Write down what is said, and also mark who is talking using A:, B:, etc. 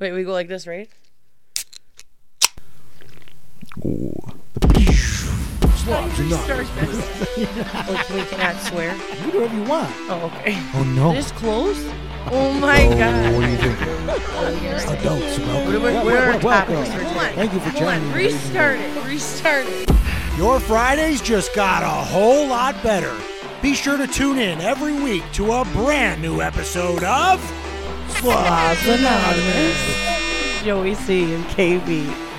A: Wait, we go like this, right?
B: Swabs and knives.
A: Like we cannot swear.
B: You do whatever you want.
A: Oh, okay.
B: Oh no.
A: This close? Oh my
B: oh,
A: god.
B: What do you think? Adults, welcome.
A: We're, we're,
B: Wel-
A: we're
B: wel-
A: on
B: welcome.
A: topic for today.
B: Thank you for
A: Hold
B: joining
A: on.
B: me.
A: Restart it. Restart it.
B: Your Fridays just got a whole lot better. Be sure to tune in every week to a brand new episode of Swabs Anonymous.
A: Joey C and KB.